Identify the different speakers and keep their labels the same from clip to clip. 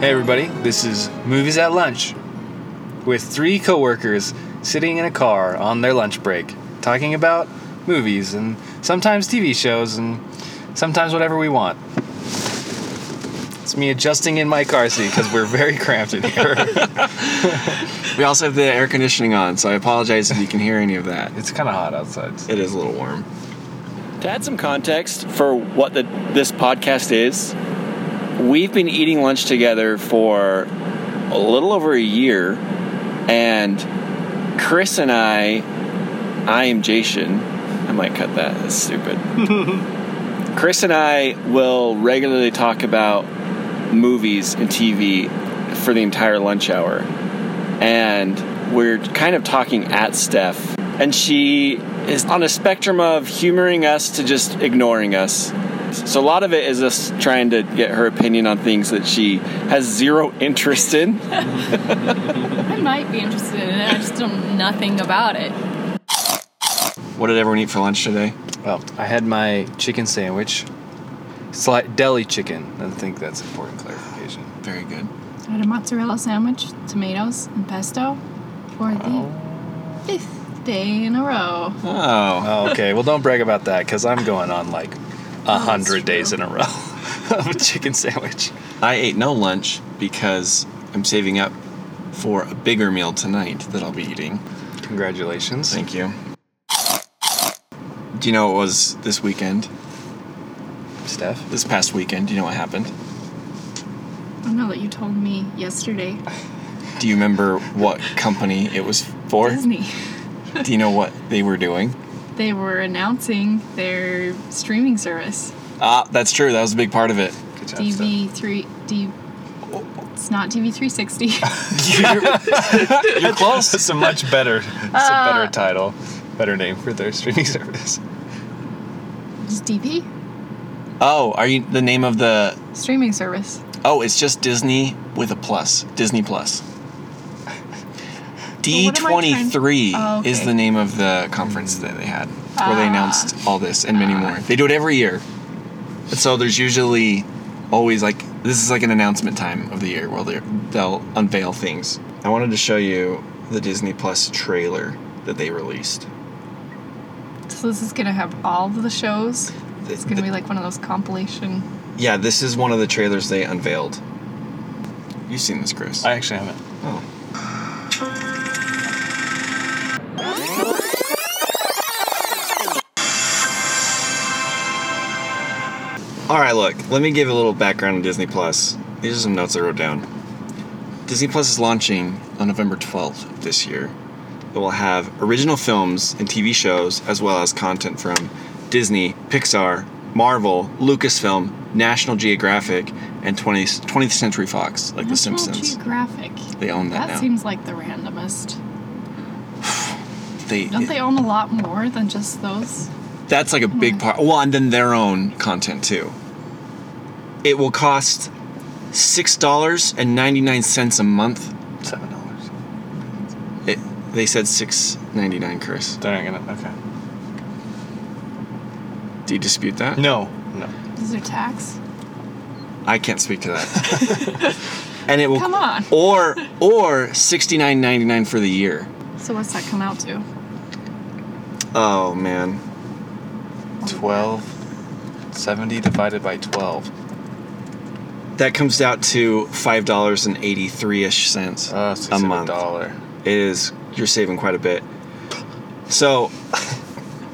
Speaker 1: Hey, everybody, this is Movies at Lunch with three coworkers sitting in a car on their lunch break talking about movies and sometimes TV shows and sometimes whatever we want. It's me adjusting in my car seat because we're very cramped in here.
Speaker 2: We also have the air conditioning on, so I apologize if you can hear any of that.
Speaker 1: it's kind of hot outside.
Speaker 2: It is a little warm.
Speaker 3: To add some context for what the, this podcast is, we've been eating lunch together for a little over a year, and Chris and I, I am Jason. I might cut that. That's stupid. Chris and I will regularly talk about movies and TV for the entire lunch hour and we're kind of talking at Steph. And she is on a spectrum of humoring us to just ignoring us. So a lot of it is us trying to get her opinion on things that she has zero interest in.
Speaker 4: I might be interested in it. I just don't know nothing about it.
Speaker 2: What did everyone eat for lunch today?
Speaker 1: Well, I had my chicken sandwich, slight deli chicken. I think that's important clarification.
Speaker 2: Very good.
Speaker 4: I had a mozzarella sandwich, tomatoes, and pesto for the fifth day in a row.
Speaker 2: Oh,
Speaker 1: Oh, okay. Well, don't brag about that because I'm going on like a hundred days in a row of a chicken sandwich.
Speaker 2: I ate no lunch because I'm saving up for a bigger meal tonight that I'll be eating.
Speaker 1: Congratulations.
Speaker 2: Thank you. Do you know what was this weekend?
Speaker 1: Steph.
Speaker 2: This past weekend, do you know what happened?
Speaker 4: I don't know that you told me yesterday.
Speaker 2: Do you remember what company it was for?
Speaker 4: Disney.
Speaker 2: Do you know what they were doing?
Speaker 4: They were announcing their streaming service.
Speaker 2: Ah, that's true. That was a big part of it.
Speaker 1: Good job, Steph.
Speaker 4: DV3. D.
Speaker 2: Oh.
Speaker 4: It's not DV360.
Speaker 2: You're close. Uh,
Speaker 1: That's a much better, it's a better title, better name for their streaming service.
Speaker 4: It's DP?
Speaker 2: Oh, are you the name of the?
Speaker 4: Streaming service.
Speaker 2: Oh, it's just Disney with a plus. Disney Plus. D
Speaker 4: what am I
Speaker 2: twenty
Speaker 4: trying-
Speaker 2: three
Speaker 4: Oh, okay. Ah.
Speaker 2: is the name of the conference that they had, where they announced all this and many more. They do it every year, and so there's usually always like this is like an announcement time of the year where they're- they'll unveil things. I wanted to show you the Disney Plus trailer that they released.
Speaker 4: So this is gonna have all of the shows.
Speaker 2: The-
Speaker 4: It's gonna
Speaker 2: the-
Speaker 4: be like one of those compilation.
Speaker 2: yeah, this is one of the trailers they unveiled. You've seen this, Chris.
Speaker 1: I actually haven't.
Speaker 2: oh. All right, look, let me give a little background on Disney Plus. These are some notes I wrote down. Disney Plus is launching on November 12th of this year. It will have original films and TV shows, as well as content from Disney, Pixar, Marvel, Lucasfilm, National Geographic, and 20th, 20th Century Fox, like The
Speaker 4: National
Speaker 2: Simpsons.
Speaker 4: Geographic.
Speaker 2: They own that
Speaker 4: That
Speaker 2: now.
Speaker 4: seems like the randomest.
Speaker 2: they,
Speaker 4: Don't they own a lot more than just those?
Speaker 2: That's like a big part. Well, and then their own content too. It will cost six dollars and ninety nine cents a month.
Speaker 1: Seven dollars.
Speaker 2: It, they said six ninety nine, Chris.
Speaker 1: They're not gonna. Okay.
Speaker 2: Do you dispute that?
Speaker 1: No. No.
Speaker 4: Is there tax?
Speaker 2: I can't speak to that. and it will
Speaker 4: Come on.
Speaker 2: or or sixty nine ninety nine for the year.
Speaker 4: So what's that come out to?
Speaker 2: Oh man,
Speaker 1: Twelve. Seventy divided by twelve.
Speaker 2: that comes out to five dollars and eighty three ish cents
Speaker 1: Uh, so
Speaker 2: Oh, a
Speaker 1: it's
Speaker 2: month.
Speaker 1: A dollar.
Speaker 2: It is. You're saving quite a bit. So,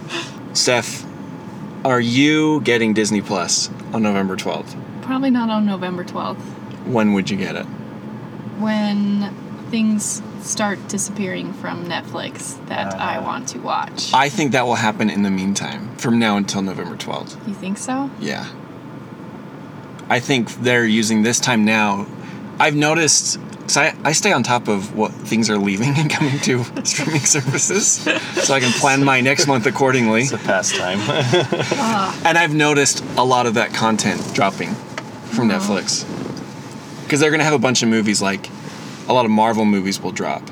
Speaker 2: Steph, are you getting Disney Plus on November 12th?
Speaker 4: Probably not on November 12th
Speaker 2: When would you get it?
Speaker 4: when things start disappearing from Netflix that
Speaker 1: Uh,
Speaker 4: I want to watch.
Speaker 2: I think that will happen in the meantime, from now until November 12th.
Speaker 4: you think so?
Speaker 2: Yeah. I think they're using this time now. I've noticed, because I, I stay on top of what things are leaving and coming to streaming services, so I can plan my next month accordingly.
Speaker 1: It's a pastime.
Speaker 2: And I've noticed a lot of that content dropping from Netflix. Because they're going to have a bunch of movies, like a lot of Marvel movies will drop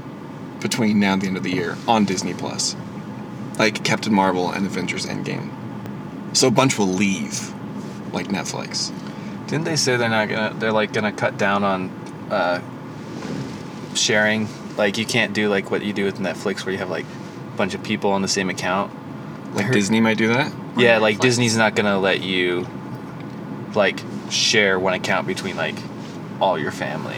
Speaker 2: between now and the end of the year on Disney Plus, like Captain Marvel and Avengers Endgame. So a bunch will leave, like Netflix.
Speaker 1: Didn't they say they're not gonna? They're like gonna cut down on uh, sharing. Like you can't do like what you do with Netflix, where you have like a bunch of people on the same account.
Speaker 2: Like Disney might do that.
Speaker 1: Yeah, like
Speaker 4: Netflix.
Speaker 1: Disney's not gonna let you like share one account between like all your family.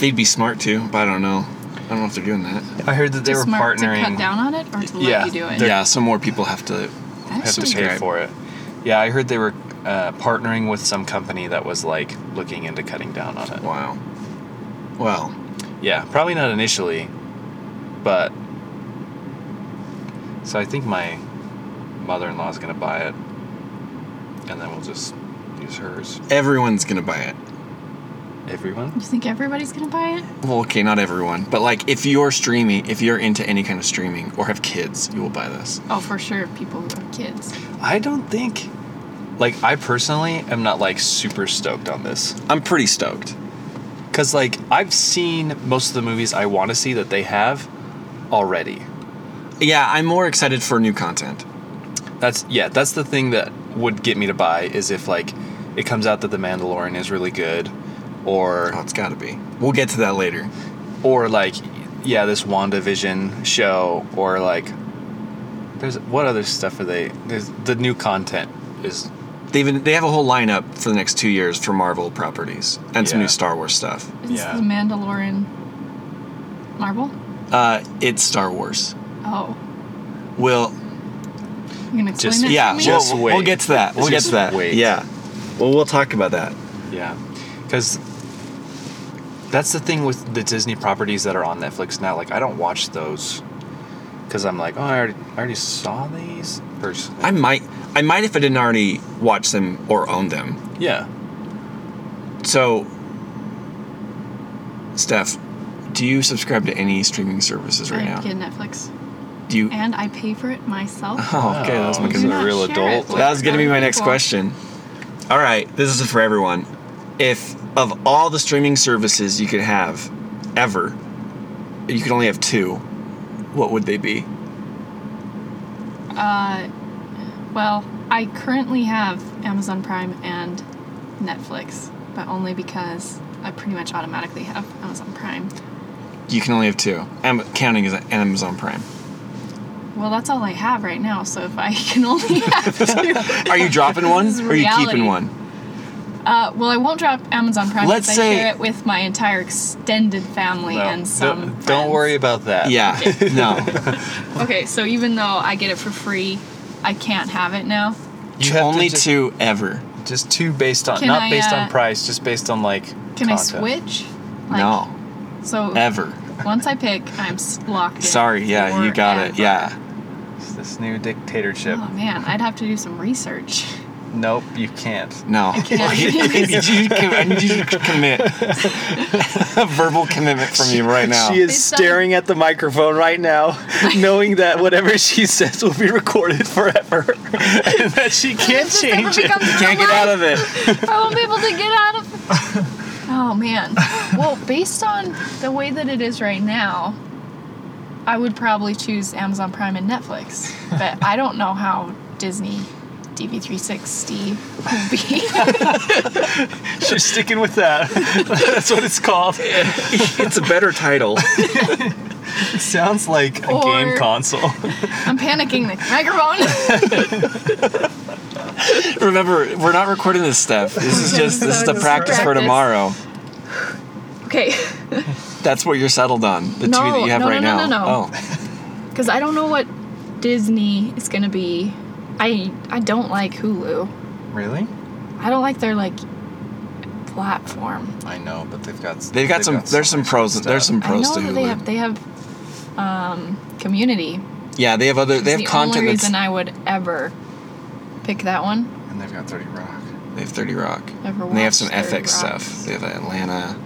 Speaker 2: They'd be smart too, but I don't know. I don't know if they're doing that.
Speaker 1: I heard that they
Speaker 4: Too
Speaker 1: were
Speaker 4: smart
Speaker 1: partnering.
Speaker 4: to cut down on it or to
Speaker 1: Yeah,
Speaker 4: let you do it.
Speaker 1: They're-
Speaker 2: yeah, so more people have to.
Speaker 4: That
Speaker 1: have to
Speaker 4: is
Speaker 1: pay
Speaker 2: Subscribe.
Speaker 1: for it. Yeah, I heard they were uh, partnering with some company that was like looking into cutting down on it.
Speaker 2: Wow. Well,
Speaker 1: Yeah, probably not initially, but so I think my mother-in-law is gonna buy it, and then we'll just use hers.
Speaker 2: everyone's gonna buy it.
Speaker 1: Everyone.
Speaker 4: You think everybody's gonna buy it?
Speaker 2: Well, okay, not everyone, but like if you're streaming, if you're into any kind of streaming or have kids, you will buy this.
Speaker 4: Oh, for sure, people who have kids.
Speaker 1: I don't think. Like I personally am not like super stoked on this.
Speaker 2: I'm pretty stoked.
Speaker 1: Cause like I've seen most of the movies I want to see that they have already.
Speaker 2: Yeah, I'm more excited for new content.
Speaker 1: That's yeah, that's the thing that would get me to buy is if like it comes out that the Mandalorian is really good or
Speaker 2: Oh, it's gotta be. We'll get to that later.
Speaker 1: or like yeah, this WandaVision show or like there's what other stuff are they there's the new content is
Speaker 2: They even they have a whole lineup for the next two years for Marvel properties and some
Speaker 1: Yeah.
Speaker 2: new Star Wars stuff.
Speaker 4: Is this
Speaker 1: Yeah.
Speaker 4: the Mandalorian Marvel?
Speaker 2: Uh, it's Star Wars.
Speaker 4: Oh,
Speaker 2: We'll
Speaker 4: you gonna explain
Speaker 1: Just-
Speaker 4: that
Speaker 2: yeah.
Speaker 4: to me?
Speaker 1: just
Speaker 2: we'll,
Speaker 1: wait.
Speaker 2: we'll get to that. We'll
Speaker 1: Just
Speaker 2: get to that.
Speaker 1: wait.
Speaker 2: Yeah. Well, we'll talk about that.
Speaker 1: yeah. Cuz that's the thing with the Disney properties that are on Netflix now like I don't watch those cuz I'm like, "Oh, I already, I already saw these." Personally.
Speaker 2: I might I might if I didn't already watch them or own them.
Speaker 1: yeah.
Speaker 2: So, Steph, do you subscribe to any streaming services right
Speaker 4: I
Speaker 2: now?
Speaker 4: get Netflix,
Speaker 2: Do you?
Speaker 4: and I pay for it myself.
Speaker 2: Oh, okay, that was my
Speaker 1: Wow.
Speaker 4: Do
Speaker 1: a
Speaker 2: concern.
Speaker 4: not
Speaker 1: real
Speaker 4: share
Speaker 1: adult.
Speaker 4: it with
Speaker 2: That was going to be my
Speaker 4: other
Speaker 2: next
Speaker 4: people.
Speaker 2: question. All right, this is for everyone. If of all the streaming services you could have ever, you could only have two, what would they be?
Speaker 4: Uh, well, I currently have Amazon Prime and Netflix, but only because I pretty much automatically have Amazon Prime.
Speaker 2: You can only have two. I'm counting as Amazon Prime.
Speaker 4: Well, that's all I have right now. So if I can only have two,
Speaker 2: Are you dropping one
Speaker 4: This is
Speaker 2: or are you
Speaker 4: reality.
Speaker 2: keeping one?
Speaker 4: uh, well, I won't drop Amazon Prime.
Speaker 2: Let's
Speaker 4: because
Speaker 2: say-
Speaker 4: I share it with my entire extended family
Speaker 1: No,
Speaker 4: and some.
Speaker 1: don't,
Speaker 4: friends.
Speaker 1: don't worry about
Speaker 4: Uh,
Speaker 1: that.
Speaker 2: Yeah, no.
Speaker 4: Okay, so even though I get it for free, I can't have it now.
Speaker 1: You have to
Speaker 2: only
Speaker 1: just-
Speaker 2: two ever.
Speaker 1: Just two based on
Speaker 4: Can
Speaker 1: not
Speaker 4: I,
Speaker 1: based on
Speaker 4: uh,
Speaker 1: price, just based on like.
Speaker 4: Can I
Speaker 1: content.
Speaker 4: switch?
Speaker 2: no,
Speaker 4: So
Speaker 2: ever.
Speaker 4: once I pick, I'm s- locked. in
Speaker 2: Sorry, yeah, you got it.
Speaker 4: forever.
Speaker 2: Yeah.
Speaker 1: It's this new dictatorship.
Speaker 4: Oh man, I'd have to do some research.
Speaker 1: Nope, you can't.
Speaker 2: No. I
Speaker 4: can't.
Speaker 2: need you to com- I need you to commit. a verbal commitment from you right now.
Speaker 1: She is
Speaker 4: Based on-
Speaker 1: staring at the microphone right now, knowing that whatever she says will be recorded forever, and that she can't
Speaker 4: This never
Speaker 1: change it.
Speaker 4: becomes real
Speaker 2: Can't get out of it.
Speaker 4: life. I won't be able to get out of. Oh man. Well, based on the way that it is right now, I would probably choose Amazon Prime and Netflix, but I don't know how Disney DV360 will be.
Speaker 1: She's sticking with that. That's what it's called.
Speaker 2: It's a better title.
Speaker 1: It sounds like a game
Speaker 4: Or-
Speaker 1: console.
Speaker 4: I'm panicking. The microphone.
Speaker 2: Remember, we're not recording this stuff. This is just this is the
Speaker 4: Just
Speaker 2: practice for
Speaker 4: practice.
Speaker 2: tomorrow.
Speaker 4: Okay.
Speaker 2: That's what you're settled on. The two
Speaker 4: No,
Speaker 2: that you have
Speaker 4: no, no,
Speaker 2: right now.
Speaker 4: no, no, no.
Speaker 2: Oh,
Speaker 4: because I don't know what Disney is gonna be. I I don't like Hulu.
Speaker 1: Really?
Speaker 4: I don't like their like platform.
Speaker 1: I know, but they've got
Speaker 2: they've got some. There's some pros. There's some
Speaker 4: I
Speaker 2: pros
Speaker 4: know
Speaker 2: to
Speaker 4: that
Speaker 2: Hulu.
Speaker 4: they have they have um, Community.
Speaker 2: yeah, they have other. They have
Speaker 4: the
Speaker 2: content
Speaker 4: only
Speaker 2: that's.
Speaker 4: reason I would ever pick that one.
Speaker 1: and they've got Thirty Rock.
Speaker 2: they have Thirty Rock.
Speaker 4: Never
Speaker 2: And they have some
Speaker 4: watched 30
Speaker 2: FX
Speaker 4: Rock.
Speaker 2: stuff. They have Atlanta,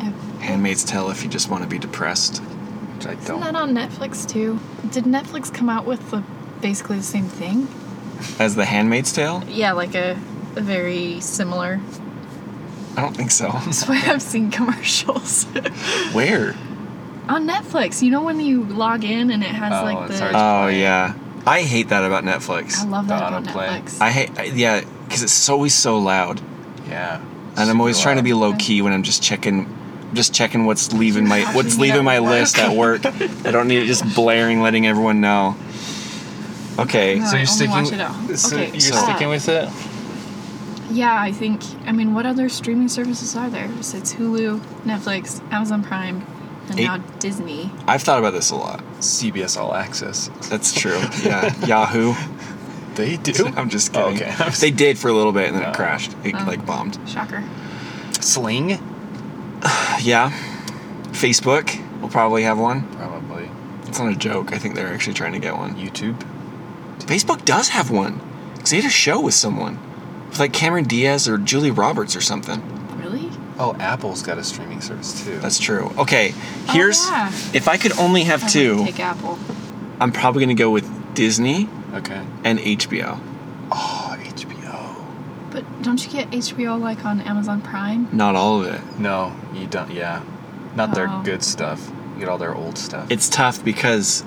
Speaker 4: Isn't
Speaker 2: Handmaid's Tale. If you just want to be depressed.
Speaker 1: Which I
Speaker 4: that on Netflix too? Did Netflix come out with the basically the same thing?
Speaker 2: As the Handmaid's Tale?
Speaker 4: Yeah, like a, a very similar.
Speaker 2: I don't think so.
Speaker 4: That's why I've seen commercials.
Speaker 2: Where?
Speaker 4: on Netflix, you know when you log in and it has
Speaker 1: Oh,
Speaker 4: like
Speaker 1: it's
Speaker 4: the.
Speaker 1: hard to
Speaker 2: Oh yeah, I hate that about Netflix.
Speaker 4: I love that
Speaker 1: Auto
Speaker 4: about
Speaker 1: play.
Speaker 4: Netflix.
Speaker 2: I hate I- yeah because it's always so loud.
Speaker 1: Yeah.
Speaker 2: and I'm always
Speaker 1: Super
Speaker 2: trying to
Speaker 1: loud.
Speaker 2: be low key when I'm just checking, just checking what's leaving my what's leaving my list at work. I don't need it just blaring, letting everyone know. Okay,
Speaker 4: No.
Speaker 1: So
Speaker 4: I
Speaker 1: you're
Speaker 4: only
Speaker 1: sticking.
Speaker 4: watch it all.
Speaker 1: so
Speaker 4: Okay,
Speaker 1: you're
Speaker 4: so-
Speaker 1: sticking with it.
Speaker 4: Yeah, I think. I mean, what other streaming services are there besides Hulu, Netflix, Amazon Prime, and
Speaker 2: Eight-
Speaker 4: now Disney?
Speaker 2: I've thought about this a lot.
Speaker 1: CBS All Access.
Speaker 2: That's true. Yeah, Yahoo.
Speaker 1: They do.
Speaker 2: I'm just
Speaker 1: Oh,
Speaker 2: kidding. Uh,
Speaker 1: okay.
Speaker 2: They did for a little bit and then
Speaker 1: Oh.
Speaker 2: it crashed. It
Speaker 4: Oh.
Speaker 2: like bombed.
Speaker 4: Shocker.
Speaker 1: Sling.
Speaker 2: Yeah, Facebook will probably have one.
Speaker 1: Probably.
Speaker 2: It's not a joke. I think they're actually trying to get one.
Speaker 1: YouTube.
Speaker 2: Facebook does have one. 'Cause they had a show with someone, with like Cameron Diaz or Julie Roberts or something.
Speaker 4: Really?
Speaker 1: Oh, Apple's got a streaming service too.
Speaker 2: That's true. Okay, here's
Speaker 4: Oh, yeah.
Speaker 2: if I could only
Speaker 4: I
Speaker 2: have
Speaker 4: would
Speaker 2: two,
Speaker 4: Take Apple.
Speaker 2: I'm probably gonna go with Disney
Speaker 1: okay.
Speaker 2: and HBO.
Speaker 1: Oh, HBO.
Speaker 4: But don't you get HBO like on Amazon Prime?
Speaker 2: Not all of it.
Speaker 1: No, you don't. Yeah, not their
Speaker 4: Oh.
Speaker 1: good stuff. You get all their old stuff.
Speaker 2: It's tough because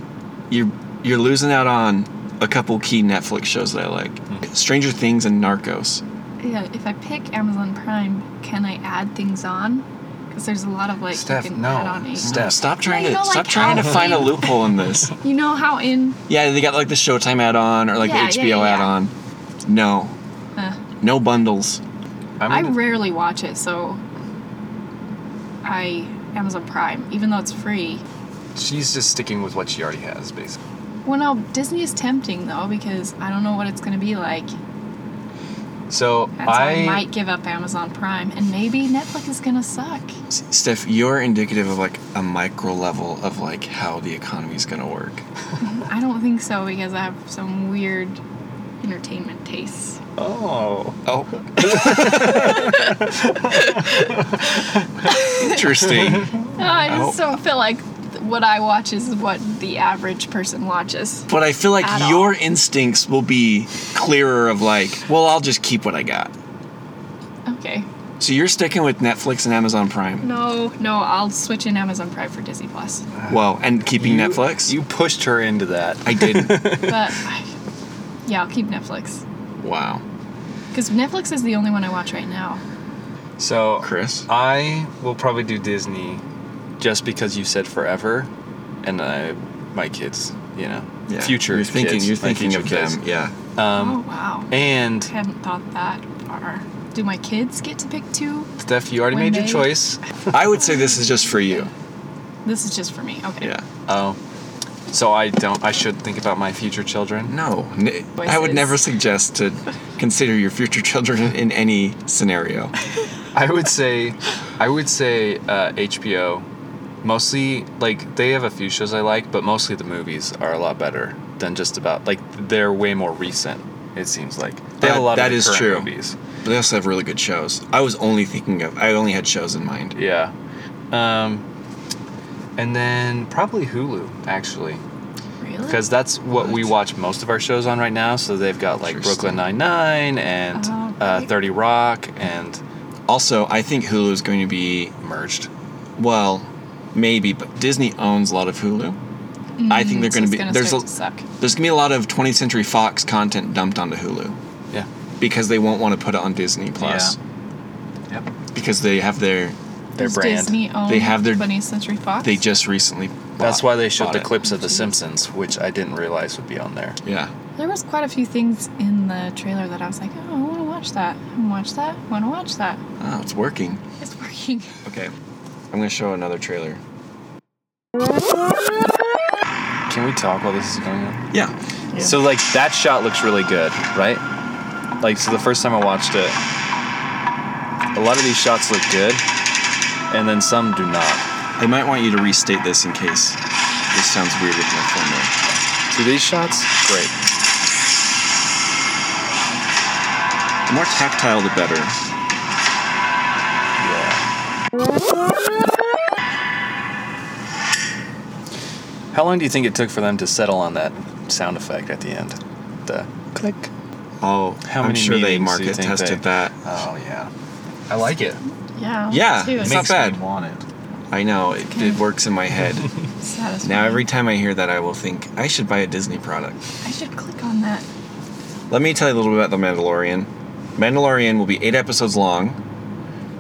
Speaker 2: you're you're losing out on a couple key Netflix shows that I like. Stranger Things and Narcos.
Speaker 4: Yeah. If I pick Amazon Prime, can I add things on? Because there's a lot of like
Speaker 1: Steph,
Speaker 4: you can
Speaker 1: no.
Speaker 4: add on. eight.
Speaker 1: Steph. Yeah.
Speaker 2: Stop trying
Speaker 4: you
Speaker 2: to
Speaker 4: know, like,
Speaker 2: stop trying to
Speaker 4: how
Speaker 2: find a
Speaker 4: they-
Speaker 2: loophole in this.
Speaker 4: You know how in
Speaker 2: Yeah, they got like the Showtime add-on or like
Speaker 4: Yeah, yeah,
Speaker 2: the HBO
Speaker 4: yeah.
Speaker 2: add-on. No,
Speaker 4: uh,
Speaker 2: no bundles.
Speaker 1: I'm
Speaker 4: I
Speaker 1: gonna,
Speaker 4: rarely watch it, so I Amazon Prime, even though it's free.
Speaker 1: she's just sticking with what she already has, basically.
Speaker 4: Well, no, Disney is tempting though because I don't know what it's going to be like.
Speaker 1: So
Speaker 4: That's why I
Speaker 1: I
Speaker 4: might give up Amazon Prime, and maybe Netflix is going to suck.
Speaker 2: S- Steph, you're indicative of like a micro level of like how the economy is gonna work.
Speaker 4: I don't think so because I have some weird entertainment tastes.
Speaker 1: oh
Speaker 2: Oh. Interesting.
Speaker 4: I
Speaker 2: Oh.
Speaker 4: just don't feel like what I watch is what the average person watches.
Speaker 2: But I feel like
Speaker 4: At all.
Speaker 2: your instincts will be clearer of like, well, I'll just keep what I got.
Speaker 4: Okay.
Speaker 2: So you're sticking with Netflix and Amazon Prime.
Speaker 4: No, no, I'll switch in Amazon Prime for Disney Plus.
Speaker 2: Whoa, and keeping
Speaker 1: Uh, You-
Speaker 2: Netflix?
Speaker 1: You pushed her into that.
Speaker 2: I didn't.
Speaker 4: But I, yeah, I'll keep Netflix
Speaker 2: wow.
Speaker 4: because Netflix is the only one I watch right now.
Speaker 1: So
Speaker 2: Chris?
Speaker 1: I will probably do Disney, just because you said forever, and I my kids, you know,
Speaker 2: Yeah.
Speaker 1: future.
Speaker 2: You're thinking
Speaker 1: kids,
Speaker 2: you're
Speaker 1: my
Speaker 2: thinking
Speaker 1: future
Speaker 2: of
Speaker 1: kids.
Speaker 2: them. Yeah.
Speaker 4: oh wow.
Speaker 1: And
Speaker 4: I hadn't thought that far. Do my kids get to pick two?
Speaker 1: Steph, you already
Speaker 4: When
Speaker 1: made your
Speaker 4: they-
Speaker 1: choice.
Speaker 2: I would say this is just for you.
Speaker 4: This is just for me. Okay.
Speaker 2: Yeah.
Speaker 1: Oh, so I don't. I should think about my future children.
Speaker 2: No, n- I would
Speaker 4: Voices.
Speaker 2: never suggest to consider your future children in any scenario.
Speaker 1: I would say, I would say uh, HBO. Mostly, like they have a few shows I like, but mostly the movies are a lot better than just about. Like they're way more recent. It seems like they have a
Speaker 2: That-
Speaker 1: lot
Speaker 2: that
Speaker 1: of the
Speaker 2: is
Speaker 1: current
Speaker 2: true.
Speaker 1: movies.
Speaker 2: But they also have really good shows. I was only thinking of, I only had shows in mind.
Speaker 1: Yeah, um, and then probably Hulu actually,
Speaker 4: Really?
Speaker 1: because that's what we watch most of our shows on right now. So they've got like
Speaker 2: Interesting.
Speaker 1: Brooklyn Nine Nine and
Speaker 4: Oh,
Speaker 1: uh,
Speaker 4: great.
Speaker 1: Thirty Rock and
Speaker 2: Also, I think Hulu is going to be,
Speaker 1: merged.
Speaker 2: well, maybe, but Disney owns a lot of Hulu. I think they're
Speaker 4: So
Speaker 2: going to
Speaker 4: Mm, it's
Speaker 2: be,
Speaker 4: gonna
Speaker 2: there's,
Speaker 4: start
Speaker 2: a,
Speaker 4: to suck.
Speaker 2: there's going to be a lot of 20th Century Fox content dumped onto Hulu
Speaker 1: Yeah.
Speaker 2: because they won't want to put it on Disney Plus
Speaker 1: Yep.
Speaker 2: because they have their,
Speaker 1: Their
Speaker 4: Does
Speaker 1: brand.
Speaker 4: Disney own
Speaker 2: They have their-
Speaker 4: 20th Century Fox.
Speaker 2: they just recently bought,
Speaker 1: That's why they
Speaker 2: bought
Speaker 1: showed the
Speaker 2: it.
Speaker 1: clips of The Simpsons, which I didn't realize would be on there.
Speaker 2: Yeah.
Speaker 4: There was quite a few things in the trailer that I was like, oh, I want to watch that. I want to watch that. I want to watch that.
Speaker 2: Oh, it's working.
Speaker 4: It's working.
Speaker 2: Okay. I'm going to show another trailer.
Speaker 1: Can we talk while this is going on?
Speaker 2: Yeah.
Speaker 1: So, like, that shot looks really good, right? Like, so the first time I watched it, a lot of these shots look good, and then some do not.
Speaker 2: I might want you to restate this in case this sounds weird with my phone.
Speaker 1: So, these shots, great.
Speaker 2: The more tactile, the better.
Speaker 1: Yeah. How long do you think it took for them to settle on that sound effect at the end? The click.
Speaker 2: Oh,
Speaker 1: How
Speaker 2: I'm
Speaker 1: many
Speaker 2: sure they
Speaker 1: meetings do you
Speaker 2: market
Speaker 1: think
Speaker 2: tested
Speaker 1: they-
Speaker 2: that.
Speaker 1: Oh, yeah. I like it.
Speaker 4: Yeah.
Speaker 2: Yeah,
Speaker 4: Too.
Speaker 2: it's
Speaker 4: It's
Speaker 2: not bad.
Speaker 1: want it.
Speaker 2: I know it,
Speaker 4: Okay.
Speaker 2: it works in my head.
Speaker 4: satisfying.
Speaker 2: now every time I hear that, I will think I should buy a Disney product.
Speaker 4: I should click on that.
Speaker 2: Let me tell you a little bit about the Mandalorian. Mandalorian will be eight episodes long.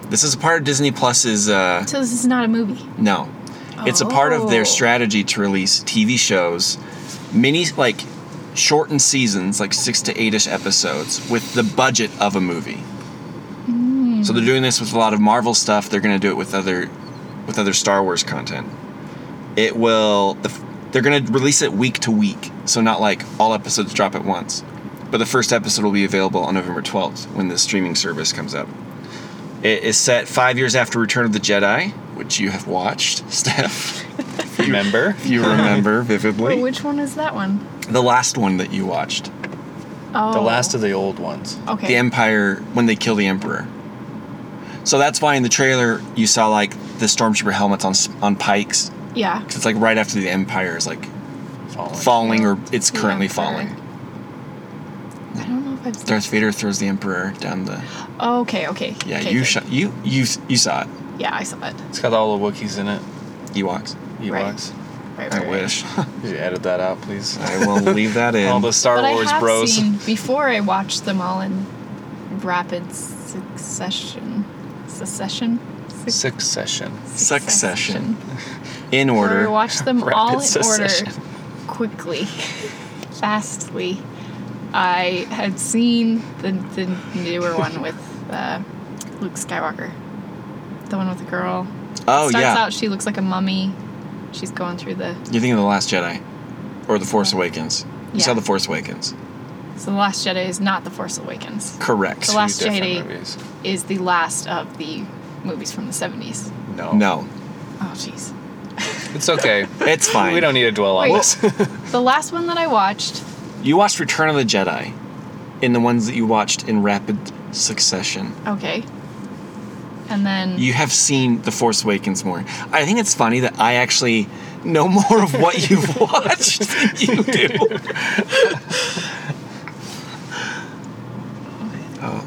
Speaker 2: This is a part of Disney Plus's. Uh,
Speaker 4: So this is not a movie.
Speaker 2: no, it's a part of their
Speaker 4: Oh.
Speaker 2: strategy to release TV shows, mini like shortened seasons, like six to eight ish episodes, with the budget of a movie. So they're doing this with a lot of Marvel stuff. They're going to do it with other, with other Star Wars content. It will. The, f- they're going to release it week to week, so not like all episodes drop at once. But the first episode will be available on November 12th when the streaming service comes up. It is set five years after Return of the Jedi, which you have watched, Steph.
Speaker 1: Remember?
Speaker 2: if You remember
Speaker 4: Wait,
Speaker 2: vividly.
Speaker 4: Oh, which one is that one?
Speaker 2: The last one that you watched,
Speaker 4: Oh,
Speaker 1: The last of the old ones.
Speaker 4: okay.
Speaker 2: the Empire, when they kill the Emperor. So that's why in the trailer you saw like the stormtrooper helmets on s- on pikes.
Speaker 4: yeah.
Speaker 2: 'Cause It's like right after the Empire is like
Speaker 1: Fallen.
Speaker 2: falling or it's
Speaker 4: The
Speaker 2: currently
Speaker 4: Emperor.
Speaker 2: falling.
Speaker 4: I don't know if I've seen.
Speaker 2: Darth Vader throws the Emperor down the.
Speaker 4: Oh, okay, okay.
Speaker 2: Yeah,
Speaker 4: okay,
Speaker 2: you
Speaker 4: good.
Speaker 2: shot. You you you saw it.
Speaker 4: Yeah, I saw it.
Speaker 1: It's got all the Wookiees in it.
Speaker 2: Ewoks.
Speaker 1: Ewoks.
Speaker 4: Right, right,
Speaker 2: I
Speaker 4: right.
Speaker 2: wish.
Speaker 1: You edit that out, please.
Speaker 2: I will leave that in.
Speaker 1: All the Star
Speaker 4: But
Speaker 1: Wars
Speaker 4: I have
Speaker 1: bros.
Speaker 4: seen before I watched them all in rapid succession. Succession. Suc-
Speaker 1: Succession.
Speaker 2: Succession. in order.
Speaker 4: Where I watched them all in
Speaker 1: Rapid succession.
Speaker 4: order, quickly, fastly. I had seen the, the newer one with uh, Luke Skywalker, the one with the girl.
Speaker 2: Oh
Speaker 4: Starts
Speaker 2: yeah.
Speaker 4: out, she looks like a mummy. She's going through the.
Speaker 2: You're thinking of the Last Jedi, or the Force Awakens. You saw
Speaker 4: Yeah.
Speaker 2: the Force Awakens.
Speaker 4: So the Last Jedi is not the Force Awakens.
Speaker 2: Correct.
Speaker 4: The Last
Speaker 1: Different
Speaker 4: Jedi
Speaker 1: movies.
Speaker 4: is the last of the movies from the 70s.
Speaker 1: No.
Speaker 2: No,
Speaker 4: Oh, jeez.
Speaker 1: It's okay.
Speaker 2: it's fine.
Speaker 1: we don't need to dwell on
Speaker 4: Wait.
Speaker 1: this.
Speaker 4: The last one that I
Speaker 1: e-
Speaker 4: watched,
Speaker 2: You watched Return of the Jedi, in the ones that you watched in rapid succession.
Speaker 4: okay. And then
Speaker 2: You have seen The Force Awakens more. I think it's funny that I actually know more of what you've watched than you do. oh,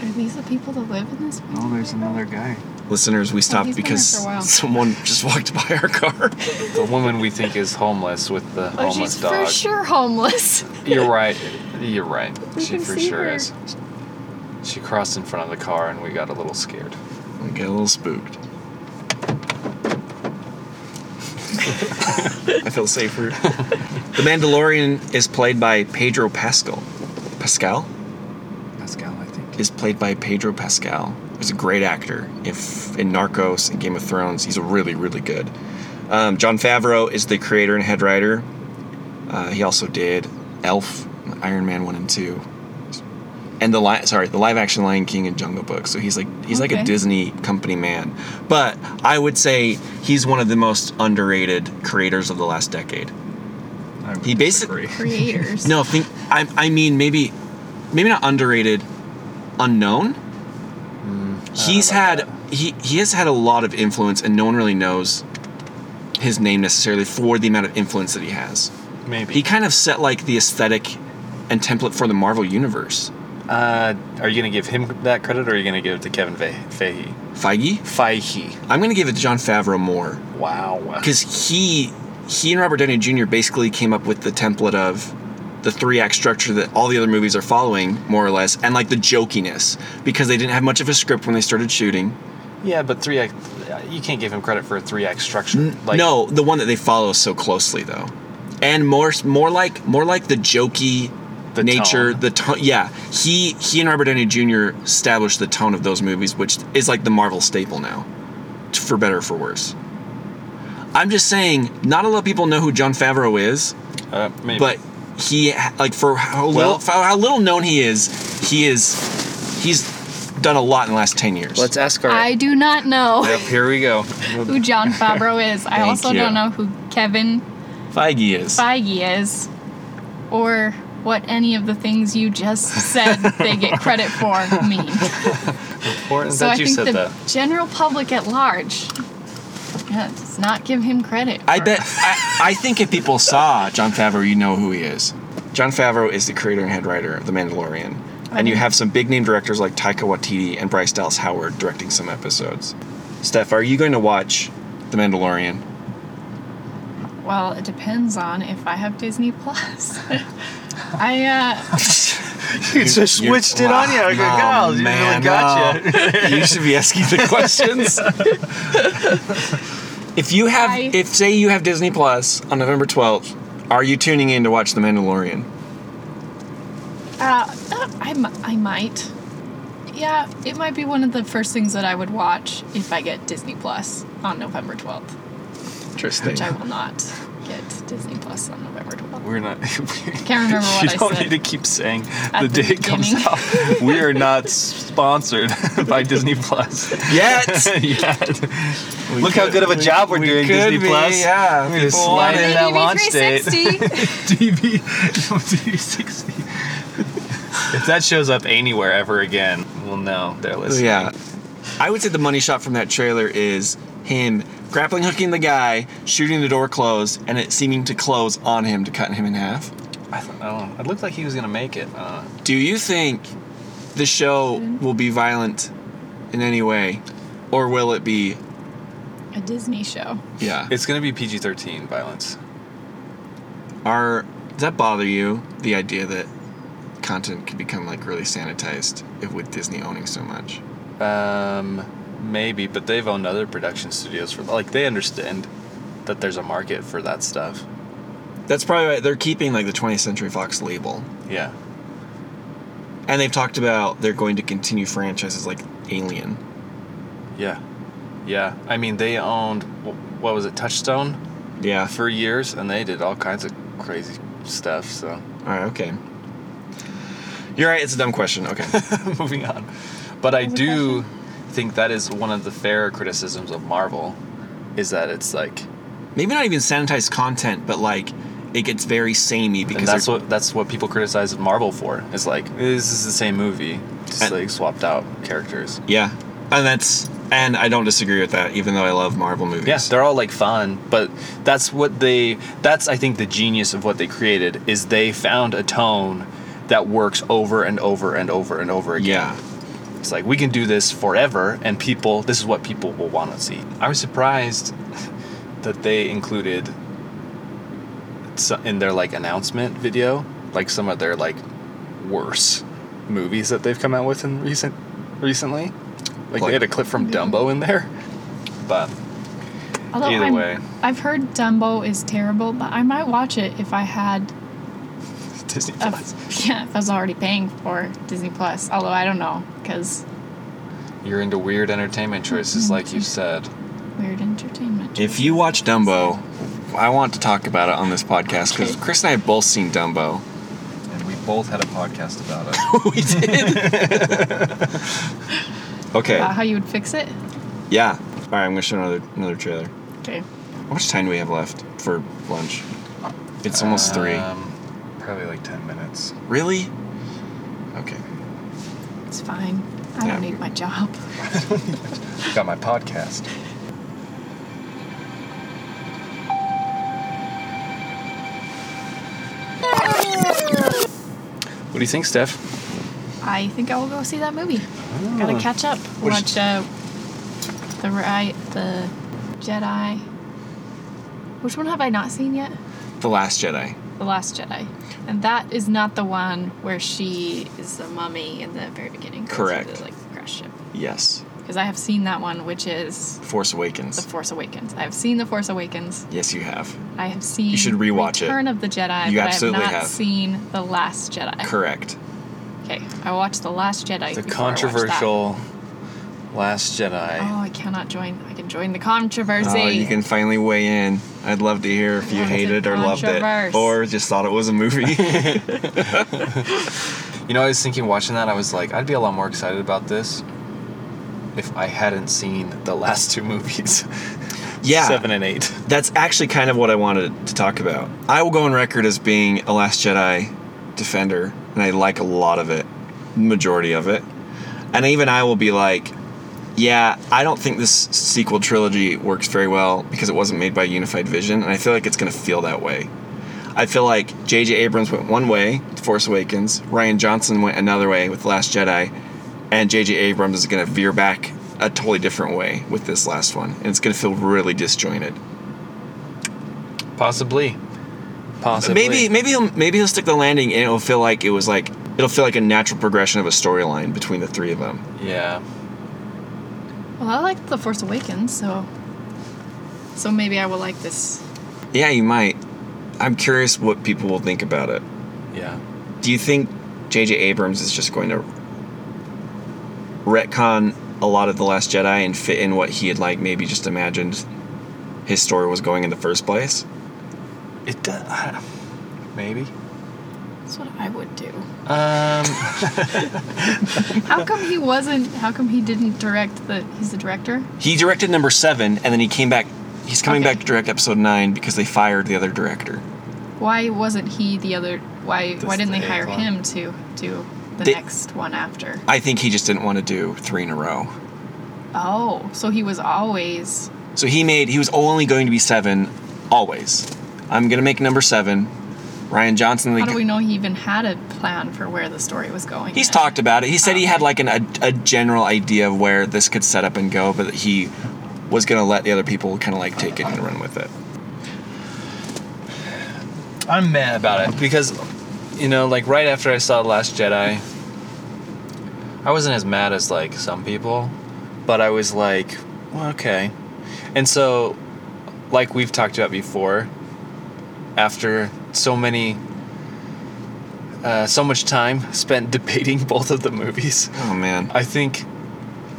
Speaker 4: are these the people that live in this one?
Speaker 1: oh, there's another guy.
Speaker 2: listeners, we stopped
Speaker 4: he's been there
Speaker 2: because
Speaker 4: for a while.
Speaker 2: someone just walked by our car.
Speaker 1: The woman we think is homeless with the
Speaker 4: Oh,
Speaker 1: homeless
Speaker 4: she's
Speaker 1: dog.
Speaker 4: for sure homeless.
Speaker 1: You're right. You're right. she
Speaker 4: can
Speaker 1: for
Speaker 4: see
Speaker 1: sure
Speaker 4: her.
Speaker 1: is. She crossed in front of the car and we got a little scared.
Speaker 2: I get a little spooked. I feel safer. the Mandalorian is played by Pedro Pascal. Pascal
Speaker 1: Pascal, I think.
Speaker 2: is played by Pedro Pascal. He's a great actor. If in Narcos and Game of Thrones, he's really really good. Um, John Favreau is the creator and head writer. Uh, he also did Elf, Iron Man one and two, and the li- sorry the live action Lion King and Jungle Book. So he's like he's like
Speaker 4: Okay.
Speaker 2: a Disney company man. But I would say he's one of the most underrated creators of the last decade.
Speaker 1: I would
Speaker 2: He basically-
Speaker 1: disagree.
Speaker 4: Creators.
Speaker 2: No, think I, I mean maybe maybe not underrated, unknown. He's
Speaker 1: know about
Speaker 2: had he he has had a lot of influence, and no one really knows his name necessarily for the amount of influence that he has.
Speaker 1: Maybe.
Speaker 2: He kind of set like the aesthetic and template for the Marvel universe.
Speaker 1: uh, are you going to give him that credit or are you going to give it to Kevin Fe- Feige?
Speaker 2: Feige,
Speaker 1: Feige.
Speaker 2: I'm gonna give it to John Favreau more
Speaker 1: Wow.
Speaker 2: because he he and Robert Downey Jr. basically came up with the template of the three act structure that all the other movies are following, more or less, and like the jokiness because they didn't have much of a script when they started shooting.
Speaker 1: Yeah, but three act. You can't give him credit for a three act structure.
Speaker 2: no, the one that they follow so closely though, and more more like more like the jokey
Speaker 1: The
Speaker 2: nature,
Speaker 1: tone.
Speaker 2: the tone. Yeah, he he and Robert Downey Jr. established the tone of those movies, which is like the Marvel staple now, t- for better or for worse. I'm just saying, not a lot of people know who John Favreau is,
Speaker 1: Uh, maybe.
Speaker 2: but he like for how little
Speaker 1: Well-
Speaker 2: for how little known he is, he is he's done a lot in the last ten years.
Speaker 1: let's ask our.
Speaker 4: I do not know
Speaker 1: Yep, here we go.
Speaker 4: who John Favreau is. I
Speaker 2: Thank
Speaker 4: also
Speaker 2: you.
Speaker 4: don't know who Kevin
Speaker 2: Feige is.
Speaker 4: Feige is, or what any of the things you just said they get credit for mean.
Speaker 1: Important
Speaker 4: So
Speaker 1: that
Speaker 4: I
Speaker 1: you
Speaker 4: think
Speaker 1: said
Speaker 4: the
Speaker 1: that.
Speaker 4: general public at large yeah, does not give him credit.
Speaker 2: I
Speaker 4: for-
Speaker 2: bet. I, I think if people saw John Favreau, you know who he is. John Favreau is the creator and head writer of The Mandalorian, and you have some big name directors like Taika Waititi and Bryce Dallas Howard directing some episodes. Steph, are you going to watch The Mandalorian?
Speaker 4: Well, it depends on if I have Disney Plus. I uh,
Speaker 1: You Oh, just
Speaker 2: You're-
Speaker 1: switched it on you. I go,
Speaker 2: Wow,
Speaker 1: God, you
Speaker 2: man,
Speaker 1: really gotcha.
Speaker 2: wow. you should be asking the questions. if you have,
Speaker 4: I-
Speaker 2: if say you have Disney Plus on November twelfth, are you tuning in to watch The Mandalorian?
Speaker 4: Uh, I, m- I might. Yeah, it might be one of the first things that I would watch if I get Disney Plus on November 12th,
Speaker 2: Interesting.
Speaker 4: which I will not get Disney Plus on November 12th.
Speaker 1: We're not.
Speaker 4: Can't remember what
Speaker 1: you
Speaker 4: I
Speaker 1: don't
Speaker 4: said.
Speaker 1: need to keep saying the,
Speaker 4: At the
Speaker 1: day it comes
Speaker 4: beginning.
Speaker 1: out. We are not sponsored by Disney Plus
Speaker 2: Yet.
Speaker 1: yet. Look how good of a job we're
Speaker 2: we
Speaker 1: doing,
Speaker 2: could
Speaker 1: Disney
Speaker 2: be,
Speaker 1: Plus.
Speaker 2: yeah.
Speaker 1: We're just
Speaker 2: People
Speaker 1: sliding
Speaker 2: want
Speaker 1: in that launch
Speaker 2: it.
Speaker 1: date.
Speaker 4: date.
Speaker 1: DB, DB60. if that shows up anywhere ever again, we'll know they're listening.
Speaker 2: Yeah. I would say the money shot from that trailer is him grappling hooking the guy, shooting the door closed, and it seeming to close on him to cut him in half.
Speaker 1: I th- I don't know. It looked like he was gonna make it. Uh,
Speaker 2: Do you think the show will be violent in any way? Or will it be
Speaker 4: A Disney show.
Speaker 2: yeah.
Speaker 1: it's gonna be PG-13 violence.
Speaker 2: Are does that bother you? The idea that content could become like really sanitized if with Disney owning so much.
Speaker 1: Um, maybe, but they've owned other production studios for like they understand that there's a market for that stuff.
Speaker 2: That's probably why they're keeping like the 20th Century Fox label.
Speaker 1: Yeah.
Speaker 2: And they've talked about they're going to continue franchises like Alien.
Speaker 1: Yeah. Yeah. I mean, they owned wh- what was it, Touchstone,
Speaker 2: Yeah.
Speaker 1: for years, and they did all kinds of crazy stuff. So,
Speaker 2: All right. Okay. You're right. It's a dumb question. Okay.
Speaker 1: moving on. But I
Speaker 4: Other
Speaker 1: do think that is one of the fair criticisms of Marvel, is that it's like,
Speaker 2: Maybe not even sanitized content, but like it gets very samey because
Speaker 1: and that's
Speaker 2: they're-
Speaker 1: what that's what people criticize Marvel for. Is like this is the same movie, just
Speaker 2: And-
Speaker 1: like swapped out characters.
Speaker 2: yeah, and that's and I don't disagree with that. Even though I love Marvel movies.
Speaker 1: Yes, they're all like fun, but that's what they that's I think the genius of what they created is they found a tone that works over and over and over and over again.
Speaker 2: yeah.
Speaker 1: It's like we can do this forever and people this is what people will want to see. I was surprised that they included so- in their like announcement video like some of their like worse movies that they've come out with in recent recently. Like,
Speaker 2: Like-
Speaker 1: they had a clip from Dumbo in there. But
Speaker 4: Although
Speaker 1: Either
Speaker 4: I'm,
Speaker 1: way.
Speaker 4: I've heard Dumbo is terrible, but I might watch it if I had
Speaker 1: Disney
Speaker 4: a,
Speaker 1: Plus.
Speaker 4: yeah, if I was already paying for Disney Plus. Although I don't know because
Speaker 1: You're into weird entertainment choices, like you said.
Speaker 4: weird entertainment.
Speaker 2: If you watch Dumbo, I want to talk about it on this podcast because
Speaker 4: Okay.
Speaker 2: Chris and I have both seen Dumbo.
Speaker 1: And we both had a podcast about it.
Speaker 2: we did. okay.
Speaker 4: about Uh, how you would fix it.
Speaker 2: Yeah. All right. I'm gonna show another another trailer.
Speaker 4: Okay.
Speaker 2: How much time do we have left for lunch? It's almost three.
Speaker 1: Probably like 10 minutes.
Speaker 2: Really? Okay.
Speaker 4: It's fine. I
Speaker 2: Yeah.
Speaker 4: don't need my job.
Speaker 1: Got my podcast. What do you think, Steph?
Speaker 4: I think I will go see that movie.
Speaker 2: Ah.
Speaker 4: Gotta catch up.
Speaker 2: What
Speaker 4: Watch
Speaker 2: is-
Speaker 4: uh, the right, the Jedi. Which one have I not seen yet?
Speaker 2: The Last Jedi.
Speaker 4: The Last Jedi, and that is not the one where she is the mummy in the very beginning. goes through
Speaker 2: Correct.
Speaker 4: The, like crash ship,
Speaker 2: Yes.
Speaker 4: because I have seen that one, which is
Speaker 2: Force
Speaker 4: The
Speaker 2: Awakens.
Speaker 4: Force Awakens. I have seen The Force Awakens.
Speaker 2: yes, you have.
Speaker 4: I have seen.
Speaker 2: You should rewatch it.
Speaker 4: Return of the Jedi.
Speaker 2: You
Speaker 4: but
Speaker 2: absolutely
Speaker 4: I have not
Speaker 2: have.
Speaker 4: seen The Last Jedi.
Speaker 2: Correct.
Speaker 4: Okay, I watched The Last Jedi.
Speaker 1: The
Speaker 4: before I watched that.
Speaker 1: controversial Last Jedi.
Speaker 4: Oh, I cannot join. I can join the controversy.
Speaker 2: Oh, you can finally weigh in. I'd love to hear if you
Speaker 4: Lots of
Speaker 2: hated or loved it,
Speaker 4: controversy.
Speaker 2: or just thought it was a movie.
Speaker 4: Oh.
Speaker 1: You know, I was thinking watching that, I was like, I'd be a lot more excited about this if I hadn't seen the last two movies
Speaker 2: yeah,
Speaker 1: seven and eight.
Speaker 2: that's actually kind of what I wanted to talk about. I will go on record as being a Last Jedi defender, and I like a lot of it, majority of it. And even I will be like, yeah, I don't think this sequel trilogy works very well because it wasn't made by Unified Vision, and I feel like it's going to feel that way. I feel like J.J. Abrams went one way, with Force Awakens. Ryan Johnson went another way with Last Jedi, and J.J. Abrams is going to veer back a totally different way with this last one, and it's going to feel really disjointed.
Speaker 1: Possibly. Possibly.
Speaker 2: Maybe maybe he'll maybe he'll stick the landing and it'll feel like it was like It'll feel like a natural progression of a storyline between the three of them.
Speaker 1: Yeah.
Speaker 4: Well, I liked The Force Awakens, so so maybe I will like this.
Speaker 2: Yeah, you might. I'm curious what people will think about it.
Speaker 1: Yeah.
Speaker 2: Do you think J.J. Abrams is just going to retcon a lot of The Last Jedi and fit in what he had, like, maybe just imagined his story was going in the first place?
Speaker 1: It does. I, maybe.
Speaker 4: That's what I would do.
Speaker 1: Um.
Speaker 4: How come he wasn't? How come he didn't direct the? He's the director.
Speaker 2: He directed number seven, and then he came back. He's coming
Speaker 4: Okay.
Speaker 2: back to direct episode nine because they fired the other director.
Speaker 4: Why wasn't he the other? Why why
Speaker 1: That's
Speaker 4: didn't
Speaker 1: the
Speaker 4: they hire
Speaker 1: eighth one.
Speaker 4: him to do the
Speaker 2: They-
Speaker 4: next one after?
Speaker 2: I think he just didn't want to do three in a row.
Speaker 4: Oh, so he was always
Speaker 2: So he made he was only going to be seven, always. I'm gonna make number seven. Ryan Johnson.
Speaker 4: How do we know he even had a plan for where the story was going?
Speaker 2: He's
Speaker 4: then?
Speaker 2: talked about it. He said he had like an, a, a general idea of where this could set up and go, but that he was gonna let the other people kind of like take it and run with it.
Speaker 1: I'm mad about it because, you know, like right after I saw The Last Jedi, I wasn't as mad as like some people, but I was like, well, okay. And so, like we've talked about before, after so many, uh, so much time spent debating both of the movies,
Speaker 2: Oh man.
Speaker 1: I think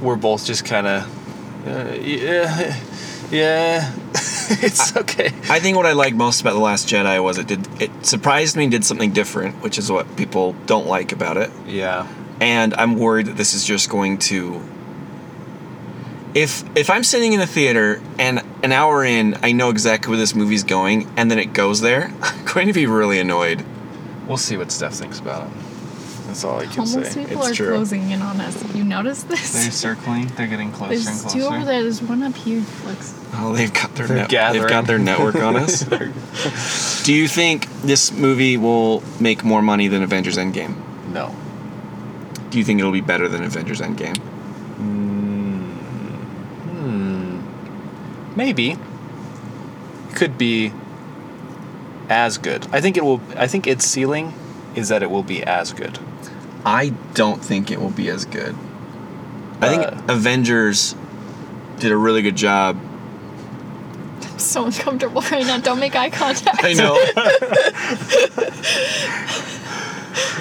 Speaker 1: we're both just kind of, uh, yeah, yeah, it's okay.
Speaker 2: I think what I liked most about The Last Jedi was it did it surprised me and did something different, which is what people don't like about it.
Speaker 1: Yeah.
Speaker 2: and I'm worried that this is just going to. If if I'm sitting in the theater and an hour in, I know exactly where this movie's going, and then it goes there, I'm going to be really annoyed.
Speaker 1: We'll see what Steph thinks about it. That's all I can
Speaker 4: Homeless
Speaker 1: say.
Speaker 4: people
Speaker 2: It's
Speaker 4: are
Speaker 2: true.
Speaker 4: closing in on us. You notice
Speaker 1: They're
Speaker 4: this?
Speaker 1: circling. They're getting closer and
Speaker 4: There's
Speaker 1: closer.
Speaker 4: two over there. There's one up here. Looks.
Speaker 2: Oh, they've got their
Speaker 1: They're
Speaker 2: net, they've got their network on us. Do you think this movie will make more money than Avengers Endgame?
Speaker 1: No.
Speaker 2: Do you think it'll be better than Avengers Endgame?
Speaker 1: Maybe. Could be as good. I think it will. I think its ceiling is that it will be as good.
Speaker 2: I don't think it will be as good. I think
Speaker 1: Uh.
Speaker 2: Avengers did a really good job
Speaker 4: I'm so uncomfortable right now. Don't make eye contact.
Speaker 2: I know.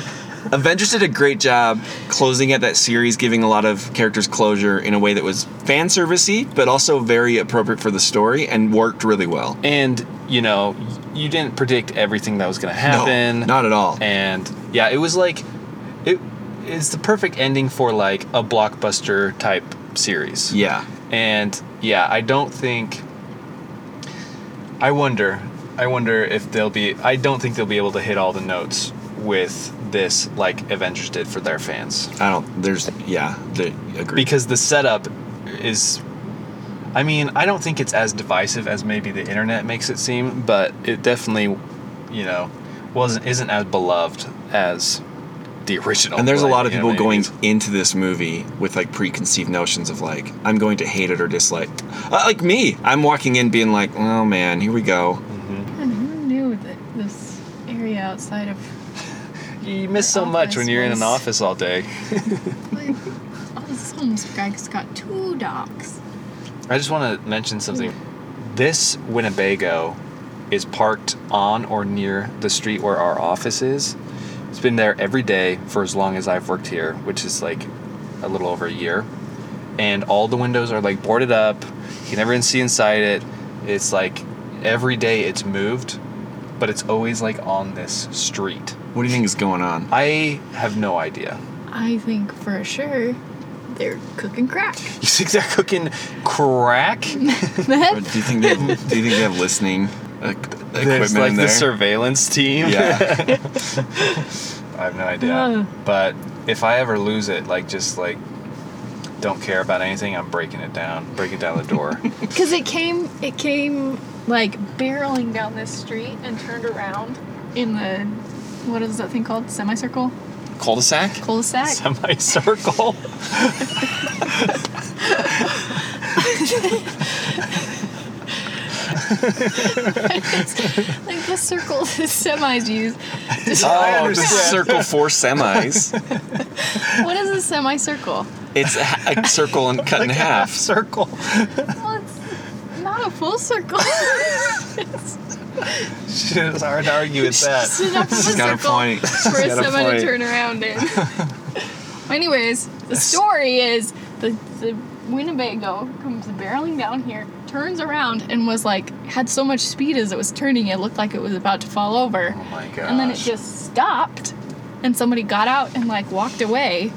Speaker 2: Avengers did a great job closing out that series, giving a lot of characters closure in a way that was fan servicey, but also very appropriate for the story and worked really well.
Speaker 1: And you know, you didn't predict everything that was going to happen.
Speaker 2: No, not at all.
Speaker 1: And yeah, it was like, it is the perfect ending for like a blockbuster type series.
Speaker 2: yeah,
Speaker 1: And yeah, I don't think. I wonder. I wonder if they'll be. I don't think they'll be able to hit all the notes with this, like Avengers did for their fans,
Speaker 2: I don't. There's yeah, the agree.
Speaker 1: because the setup is. I mean, I don't think it's as divisive as maybe the internet makes it seem, but it definitely, you know, wasn't isn't as beloved as the original.
Speaker 2: and there's a
Speaker 1: like,
Speaker 2: lot of
Speaker 1: you know
Speaker 2: people
Speaker 1: what I mean?
Speaker 2: going into this movie with like preconceived notions of like I'm going to hate it or dislike. Uh, like me, I'm walking in being like, oh man, here we go.
Speaker 4: And who knew that this area outside of
Speaker 1: You miss so much when
Speaker 4: Office
Speaker 1: you're in an
Speaker 4: was-
Speaker 1: office all day.
Speaker 4: like, all this homeless guy's got two dogs.
Speaker 1: I just want to mention something. This Winnebago is parked on or near the street where our office is. It's been there every day for as long as I've worked here, which is like a little over a year. And all the windows are like boarded up. You can never even see inside it. It's like every day it's moved, but it's always like on this street.
Speaker 2: What do you think is going on?
Speaker 1: I have no idea.
Speaker 4: I think for sure they're cooking crack.
Speaker 1: You think they're cooking crack?
Speaker 2: Or do you think they do you think they have listening uh, equipment
Speaker 1: There's
Speaker 2: in
Speaker 1: like
Speaker 2: there?
Speaker 1: the surveillance team.
Speaker 2: yeah.
Speaker 1: I have no idea.
Speaker 4: Yeah.
Speaker 1: But if I ever lose it, like just like don't care about anything, I'm breaking it down, breaking down the door.
Speaker 4: Because it came, it came like barreling down this street and turned around in the what is that thing called? Semicircle,
Speaker 1: Cul-de-sac?
Speaker 4: cul-de-sac.
Speaker 1: Semicircle.
Speaker 4: like the circle the semis use.
Speaker 1: I
Speaker 2: Oh, the
Speaker 1: understand.
Speaker 2: circle four semis.
Speaker 4: What is a semicircle?
Speaker 2: It's a, ha- a circle and cut in
Speaker 1: half
Speaker 2: half.
Speaker 1: circle.
Speaker 4: Well, it's not a full circle. it's
Speaker 1: Shit, it's hard to argue with
Speaker 4: just
Speaker 1: that.
Speaker 4: enough of a
Speaker 2: She's got a
Speaker 4: circle
Speaker 2: point.
Speaker 4: for
Speaker 1: got a
Speaker 4: someone to
Speaker 1: point.
Speaker 4: turn around in. Anyways, the story is the the Winnebago comes barreling down here, turns around, and was like had so much speed as it was turning, it looked like it was about to fall over.
Speaker 1: Oh my gosh.
Speaker 4: and then it just stopped and somebody got out and like walked away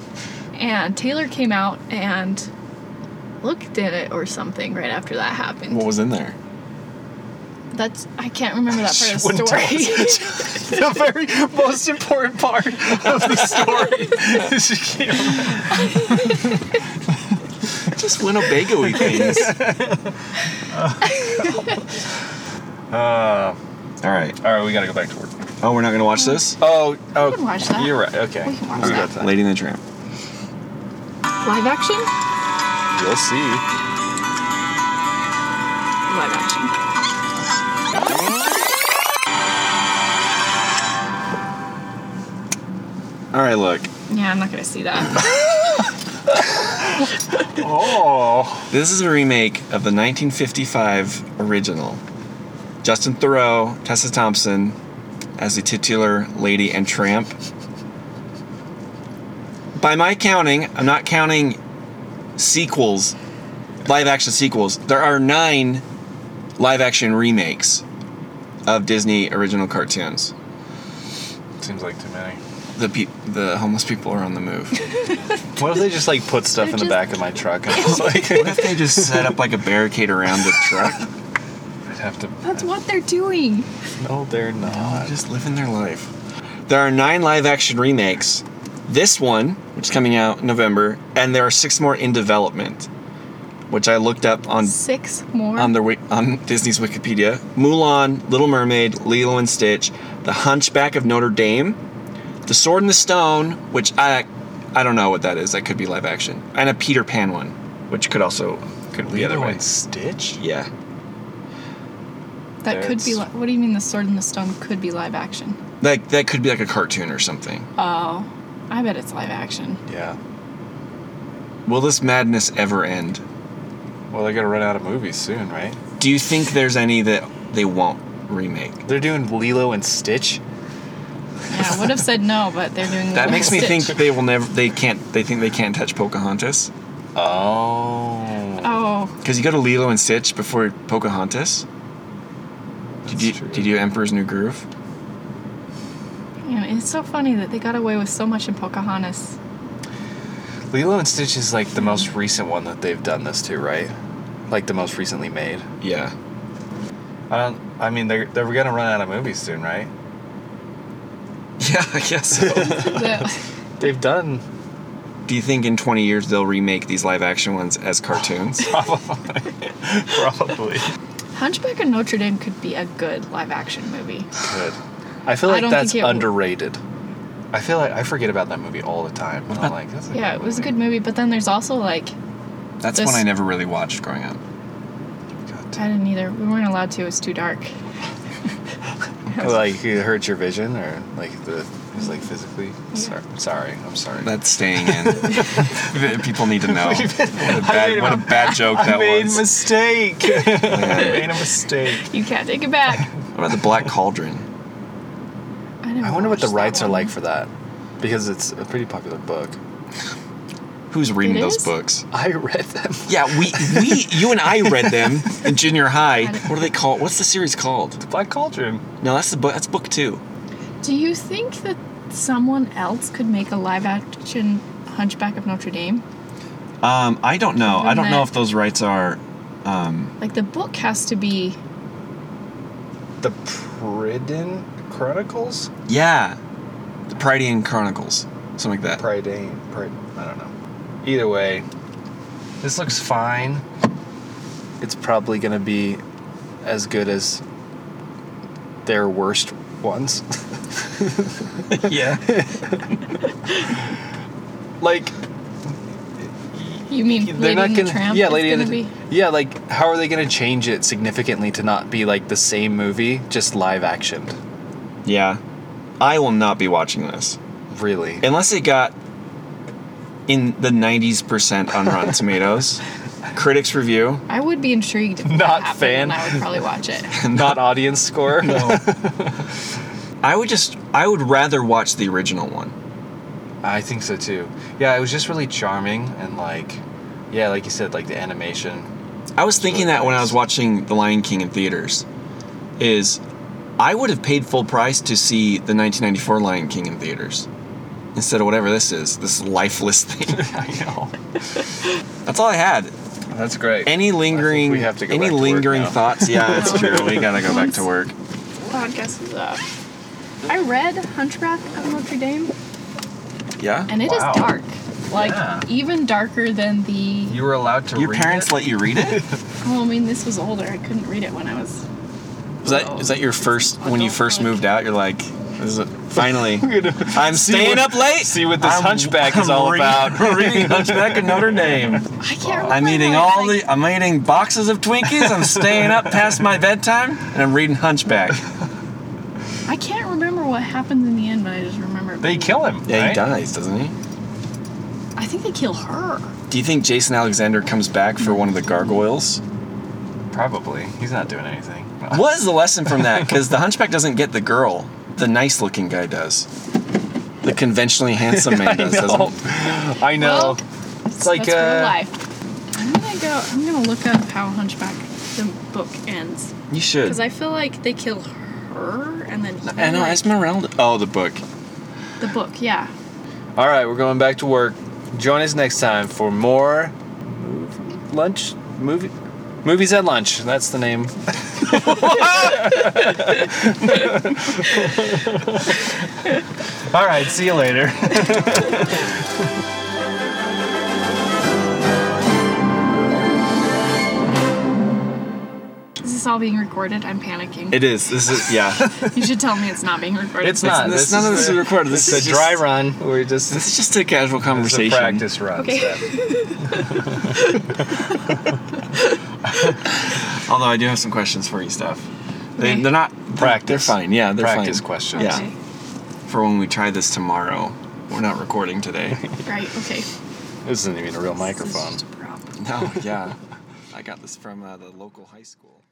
Speaker 4: and taylor came out and looked at it or something right after that happened
Speaker 2: What was in there?
Speaker 4: that's i can't remember that part of
Speaker 2: She wouldn't
Speaker 4: the story
Speaker 1: the very most important part of the story. is you can't-
Speaker 2: Just Winnebago-y things.
Speaker 1: uh,
Speaker 2: All right.
Speaker 1: all right, we gotta go back to work.
Speaker 2: Oh, we're not gonna watch this.
Speaker 1: Oh, oh,
Speaker 4: can watch that.
Speaker 1: You're right. Okay,
Speaker 4: We can watch
Speaker 1: We got
Speaker 4: that.
Speaker 1: that.
Speaker 2: Lady and the Tramp.
Speaker 4: live action
Speaker 1: You'll see.
Speaker 4: live action
Speaker 2: All right, look.
Speaker 4: yeah i'm not gonna see that
Speaker 1: Oh,
Speaker 2: This is a remake of the 1955 original. Justin Thoreau, Tessa Thompson, as the titular Lady and Tramp. By my counting, I'm not counting sequels, live action sequels. There are nine live action remakes of Disney original cartoons.
Speaker 1: seems like too many.
Speaker 2: The pe- the homeless people are on the move.
Speaker 1: What if they just like put stuff in
Speaker 4: They're
Speaker 1: the
Speaker 4: just-
Speaker 1: back of my truck and I was like,
Speaker 2: what if they just set up like a barricade around the truck?
Speaker 1: I'd have to.
Speaker 4: that's what they're doing
Speaker 1: No, they're
Speaker 2: Oh,
Speaker 1: not.
Speaker 2: just living their life. There are nine live action remakes. This one, which is coming out in November, and there are six more in development, which I looked up on
Speaker 4: six more
Speaker 2: on their wi- on Disney's Wikipedia. Mulan, Little Mermaid, Lilo and Stitch, The Hunchback of Notre Dame, The Sword and the Stone, which I I don't know what that is. That could be live action, and a Peter Pan one, which could also could be other
Speaker 1: Lilo
Speaker 2: way.
Speaker 1: and Stitch?
Speaker 2: Yeah,
Speaker 4: that could be li-
Speaker 1: That's-
Speaker 4: what do you mean the sword and the stone could be live action
Speaker 2: like that could be like a cartoon or something.
Speaker 4: oh i bet it's live action
Speaker 1: Yeah.
Speaker 2: Will this madness ever end?
Speaker 1: Well, they gotta run out of movies soon, right?
Speaker 2: Do you think there's any that they won't remake?
Speaker 1: They're doing Lilo and Stitch.
Speaker 4: yeah i would have said no but they're doing
Speaker 2: That
Speaker 4: Lilo
Speaker 2: makes me
Speaker 4: and
Speaker 2: think
Speaker 4: Stitch.
Speaker 2: they will never. They can't. They think they can't touch Pocahontas
Speaker 1: Oh.
Speaker 4: oh
Speaker 2: because you go to Lilo and Stitch before Pocahontas. Did
Speaker 1: That's
Speaker 2: you
Speaker 1: true.
Speaker 2: did you Emperor's New Groove?
Speaker 4: Yeah, it's so funny that they got away with so much in Pocahontas.
Speaker 1: Lilo and Stitch is like the most recent one that they've done this to, right? Like the most recently made.
Speaker 2: Yeah.
Speaker 1: I don't. I mean, they're they're gonna run out of movies soon, right?
Speaker 2: Yeah, I guess. So.
Speaker 4: The-
Speaker 1: They've done.
Speaker 2: Do you think in 20 years they'll remake these live action ones as cartoons?
Speaker 1: Probably.
Speaker 4: Hunchback of Notre Dame could be a good live action movie.
Speaker 1: Good. I feel
Speaker 4: I
Speaker 1: like
Speaker 4: don't
Speaker 1: that's
Speaker 4: think it will-
Speaker 1: underrated. I feel like I forget about that movie all the time. And I'm like, that's a
Speaker 4: Yeah,
Speaker 1: good
Speaker 4: it was a
Speaker 1: movie.
Speaker 4: good movie, but then there's also like
Speaker 2: That's
Speaker 4: This-
Speaker 2: one I never really watched growing up.
Speaker 1: God
Speaker 4: I didn't either. We weren't allowed to. It was too dark.
Speaker 1: damn. like it hurts your vision, or like the it's like physically. Sorry, sorry, I'm sorry.
Speaker 2: That's staying in. People need to know. What a
Speaker 1: made
Speaker 2: bad, what a bad joke that was.
Speaker 1: mistake. I made a mistake.
Speaker 4: You can't take it back.
Speaker 2: What about the Black Cauldron?
Speaker 4: I, never
Speaker 1: I wonder what the
Speaker 4: watched that
Speaker 1: rights are
Speaker 4: one.
Speaker 1: like for that, because it's a pretty popular book.
Speaker 2: Who's reading
Speaker 4: It
Speaker 2: those
Speaker 4: is?
Speaker 2: books?
Speaker 1: I read them.
Speaker 2: Yeah, we, we you and I read them in junior high.
Speaker 4: I don't-
Speaker 2: What are they called? What's the series called?
Speaker 1: Black Cauldron.
Speaker 2: No, that's the book. That's book two.
Speaker 4: Do you think that someone else could make a live action Hunchback of Notre Dame?
Speaker 2: Um, I don't know. I don't know if
Speaker 4: Remake.
Speaker 2: those rights are. Um,
Speaker 4: Like the book has to be.
Speaker 1: The Pridden Chronicles.
Speaker 2: yeah, the Pridean Chronicles, something like that.
Speaker 1: Pridane. Prid. I don't know. Either way, this looks fine. It's probably gonna be as good as their worst ones.
Speaker 2: yeah.
Speaker 1: like
Speaker 4: You mean Lady and the Tramp?
Speaker 1: yeah,
Speaker 4: is
Speaker 1: Lady and
Speaker 4: gonna
Speaker 1: the
Speaker 4: be.
Speaker 1: yeah, like how are they gonna change it significantly to not be like the same movie, just live actioned?
Speaker 2: Yeah. I will not be watching this.
Speaker 1: Really?
Speaker 2: Unless it got in the 90s percent on Rotten Tomatoes. Critics review.
Speaker 4: I would be intrigued. If that
Speaker 1: Not
Speaker 4: happened,
Speaker 1: fan.
Speaker 4: And I would probably watch it.
Speaker 1: not audience score.
Speaker 2: I would just I would rather watch the original one.
Speaker 1: I think so too. Yeah, it was just really charming and like, yeah, like you said, like the animation.
Speaker 2: I was thinking that when I was watching The Lion King in theaters is I would have paid full price to see the 1994 Lion King in theaters instead of whatever this is, this lifeless thing.
Speaker 1: I know.
Speaker 2: That's all I had.
Speaker 1: That's great.
Speaker 2: Any lingering
Speaker 1: we have to go
Speaker 2: any
Speaker 1: back to work
Speaker 2: lingering
Speaker 1: now.
Speaker 2: thoughts? Yeah, that's true. We got to go back to work.
Speaker 4: Podcast is up. I read Hunchback of Notre Dame,
Speaker 2: Yeah?
Speaker 4: and it is
Speaker 1: Wow.
Speaker 4: dark. Like
Speaker 1: Yeah.
Speaker 4: even darker than the.
Speaker 1: you were allowed to.
Speaker 2: Your
Speaker 1: read
Speaker 2: parents
Speaker 1: it?
Speaker 2: let you read it?
Speaker 4: Well, I mean, this was older. I couldn't read it when I was.
Speaker 2: Is that is that your first when you first moved out? You're like, this is a, finally. I'm
Speaker 1: See
Speaker 2: staying
Speaker 1: what-
Speaker 2: up late.
Speaker 1: see what this
Speaker 2: I'm-
Speaker 1: hunchback is
Speaker 2: I'm
Speaker 1: all
Speaker 2: reading-
Speaker 1: about.
Speaker 2: reading Hunchback of Notre Dame.
Speaker 4: I can't. remember
Speaker 2: I'm eating
Speaker 4: how I,
Speaker 2: all
Speaker 4: like,
Speaker 2: the. I'm eating boxes of Twinkies. I'm staying up past my bedtime, and I'm reading Hunchback.
Speaker 4: I can't remember what happens in the end, but I just remember. it
Speaker 1: They
Speaker 4: being-
Speaker 1: kill him.
Speaker 2: Yeah,
Speaker 1: right?
Speaker 2: he dies, doesn't he?
Speaker 4: I think they kill her.
Speaker 2: Do you think Jason Alexander comes back for one of the gargoyles?
Speaker 1: Probably. He's not doing anything.
Speaker 2: What is the lesson from that? Because the Hunchback doesn't get the girl. The nice-looking guy does. The conventionally handsome man does. doesn't he?
Speaker 1: I know.
Speaker 4: Well,
Speaker 1: it's like
Speaker 4: That's real
Speaker 1: uh,
Speaker 4: life. I'm gonna go. I'm gonna look up how Hunchback the book ends
Speaker 2: You should.
Speaker 4: because I feel like they kill her and then he.
Speaker 2: I know
Speaker 4: like,
Speaker 2: Esmeralda. Oh, the book.
Speaker 4: the book. Yeah.
Speaker 1: All right, we're going back to work. Join us next time for more mov- lunch movie movies at lunch. That's the name. All right, see you later.
Speaker 4: Is this all being recorded? I'm panicking.
Speaker 2: It is. This is yeah.
Speaker 4: you should tell me it's not being recorded.
Speaker 1: It's not.
Speaker 2: this- none of this
Speaker 1: the-
Speaker 2: is recorded. This
Speaker 1: it's
Speaker 2: is
Speaker 1: a dry
Speaker 2: just-
Speaker 1: run. We're just
Speaker 2: this is just a casual
Speaker 1: it's a
Speaker 2: conversation.
Speaker 1: practice run.
Speaker 4: Okay.
Speaker 1: so.
Speaker 2: Although I do have some questions for you, Steph. They,
Speaker 4: Okay.
Speaker 2: They're not
Speaker 1: Practice.
Speaker 2: They're fine. Yeah, they're
Speaker 1: Practice
Speaker 2: fine.
Speaker 1: questions.
Speaker 2: Yeah.
Speaker 4: Okay.
Speaker 2: For when we try this tomorrow, we're not recording today.
Speaker 4: Right. Okay.
Speaker 1: This isn't even a real microphone.
Speaker 4: This is just a problem.
Speaker 2: no. Yeah. I got this from uh, the local high school.